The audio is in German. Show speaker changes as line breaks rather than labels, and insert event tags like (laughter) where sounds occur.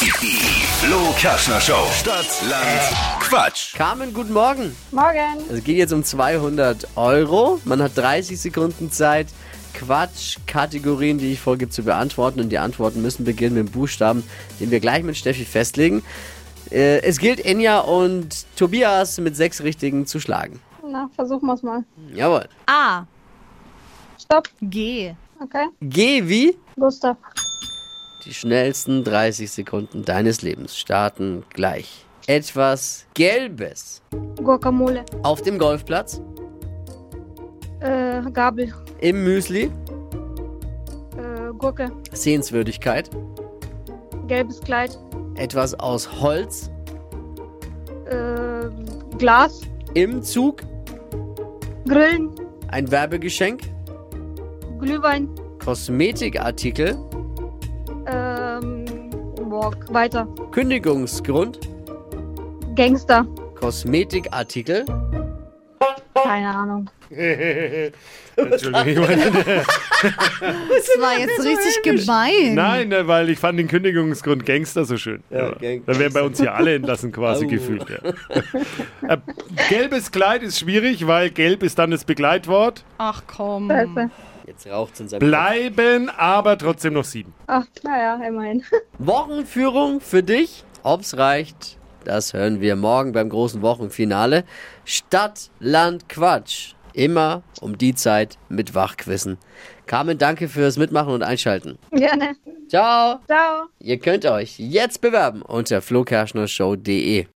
Die Flo Kaschner Show. Stadt, Land, Quatsch.
Carmen, guten Morgen.
Morgen.
Es geht jetzt um 200 Euro. Man hat 30 Sekunden Zeit, Quatsch-Kategorien, die ich vorgebe, zu beantworten. Und die Antworten müssen beginnen mit dem Buchstaben, den wir gleich mit Steffi festlegen. Äh, Es gilt, Enya und Tobias mit sechs Richtigen zu schlagen.
Na, versuchen wir es mal.
Jawohl.
A.
Stopp.
G.
Okay.
Geh wie?
Gustav.
Die schnellsten 30 Sekunden deines Lebens starten gleich. Etwas Gelbes
Guacamole.
auf dem Golfplatz,
Äh, Gabel.
im Müsli,
Äh, Gurke.
Sehenswürdigkeit,
Gelbes Kleid.
etwas aus Holz,
Äh, Glas.
im Zug,
Grillen.
ein Werbegeschenk,
Glühwein.
Kosmetikartikel,
Ähm, boah, weiter.
Kündigungsgrund,
Gangster.
Kosmetikartikel,
Keine Ahnung.
Entschuldigung, ich meine,
Das war jetzt richtig gemein.
nein, ne, weil ich fand den Kündigungsgrund Gangster so schön.
Ja,
Ja.
Gang-
Dann wären bei uns ja alle entlassen quasi
Au.
gefühlt. Ja. Äh, Gelbes Kleid ist schwierig, weil gelb ist dann das Begleitwort.
Ach komm.
Scheiße.
jetzt raucht's in seinem Kopf.
Bleiben aber trotzdem noch sieben.
Ach, naja, immerhin. (laughs)
Wochenführung für dich, ob's reicht, das hören wir morgen beim großen Wochenfinale. Stadt, Land, Quatsch. Immer um die Zeit mit Wachquissen. Carmen, danke fürs Mitmachen und Einschalten.
Gerne.
Ciao!
Ciao.
Ihr könnt euch jetzt bewerben unter flokerschnershow.de.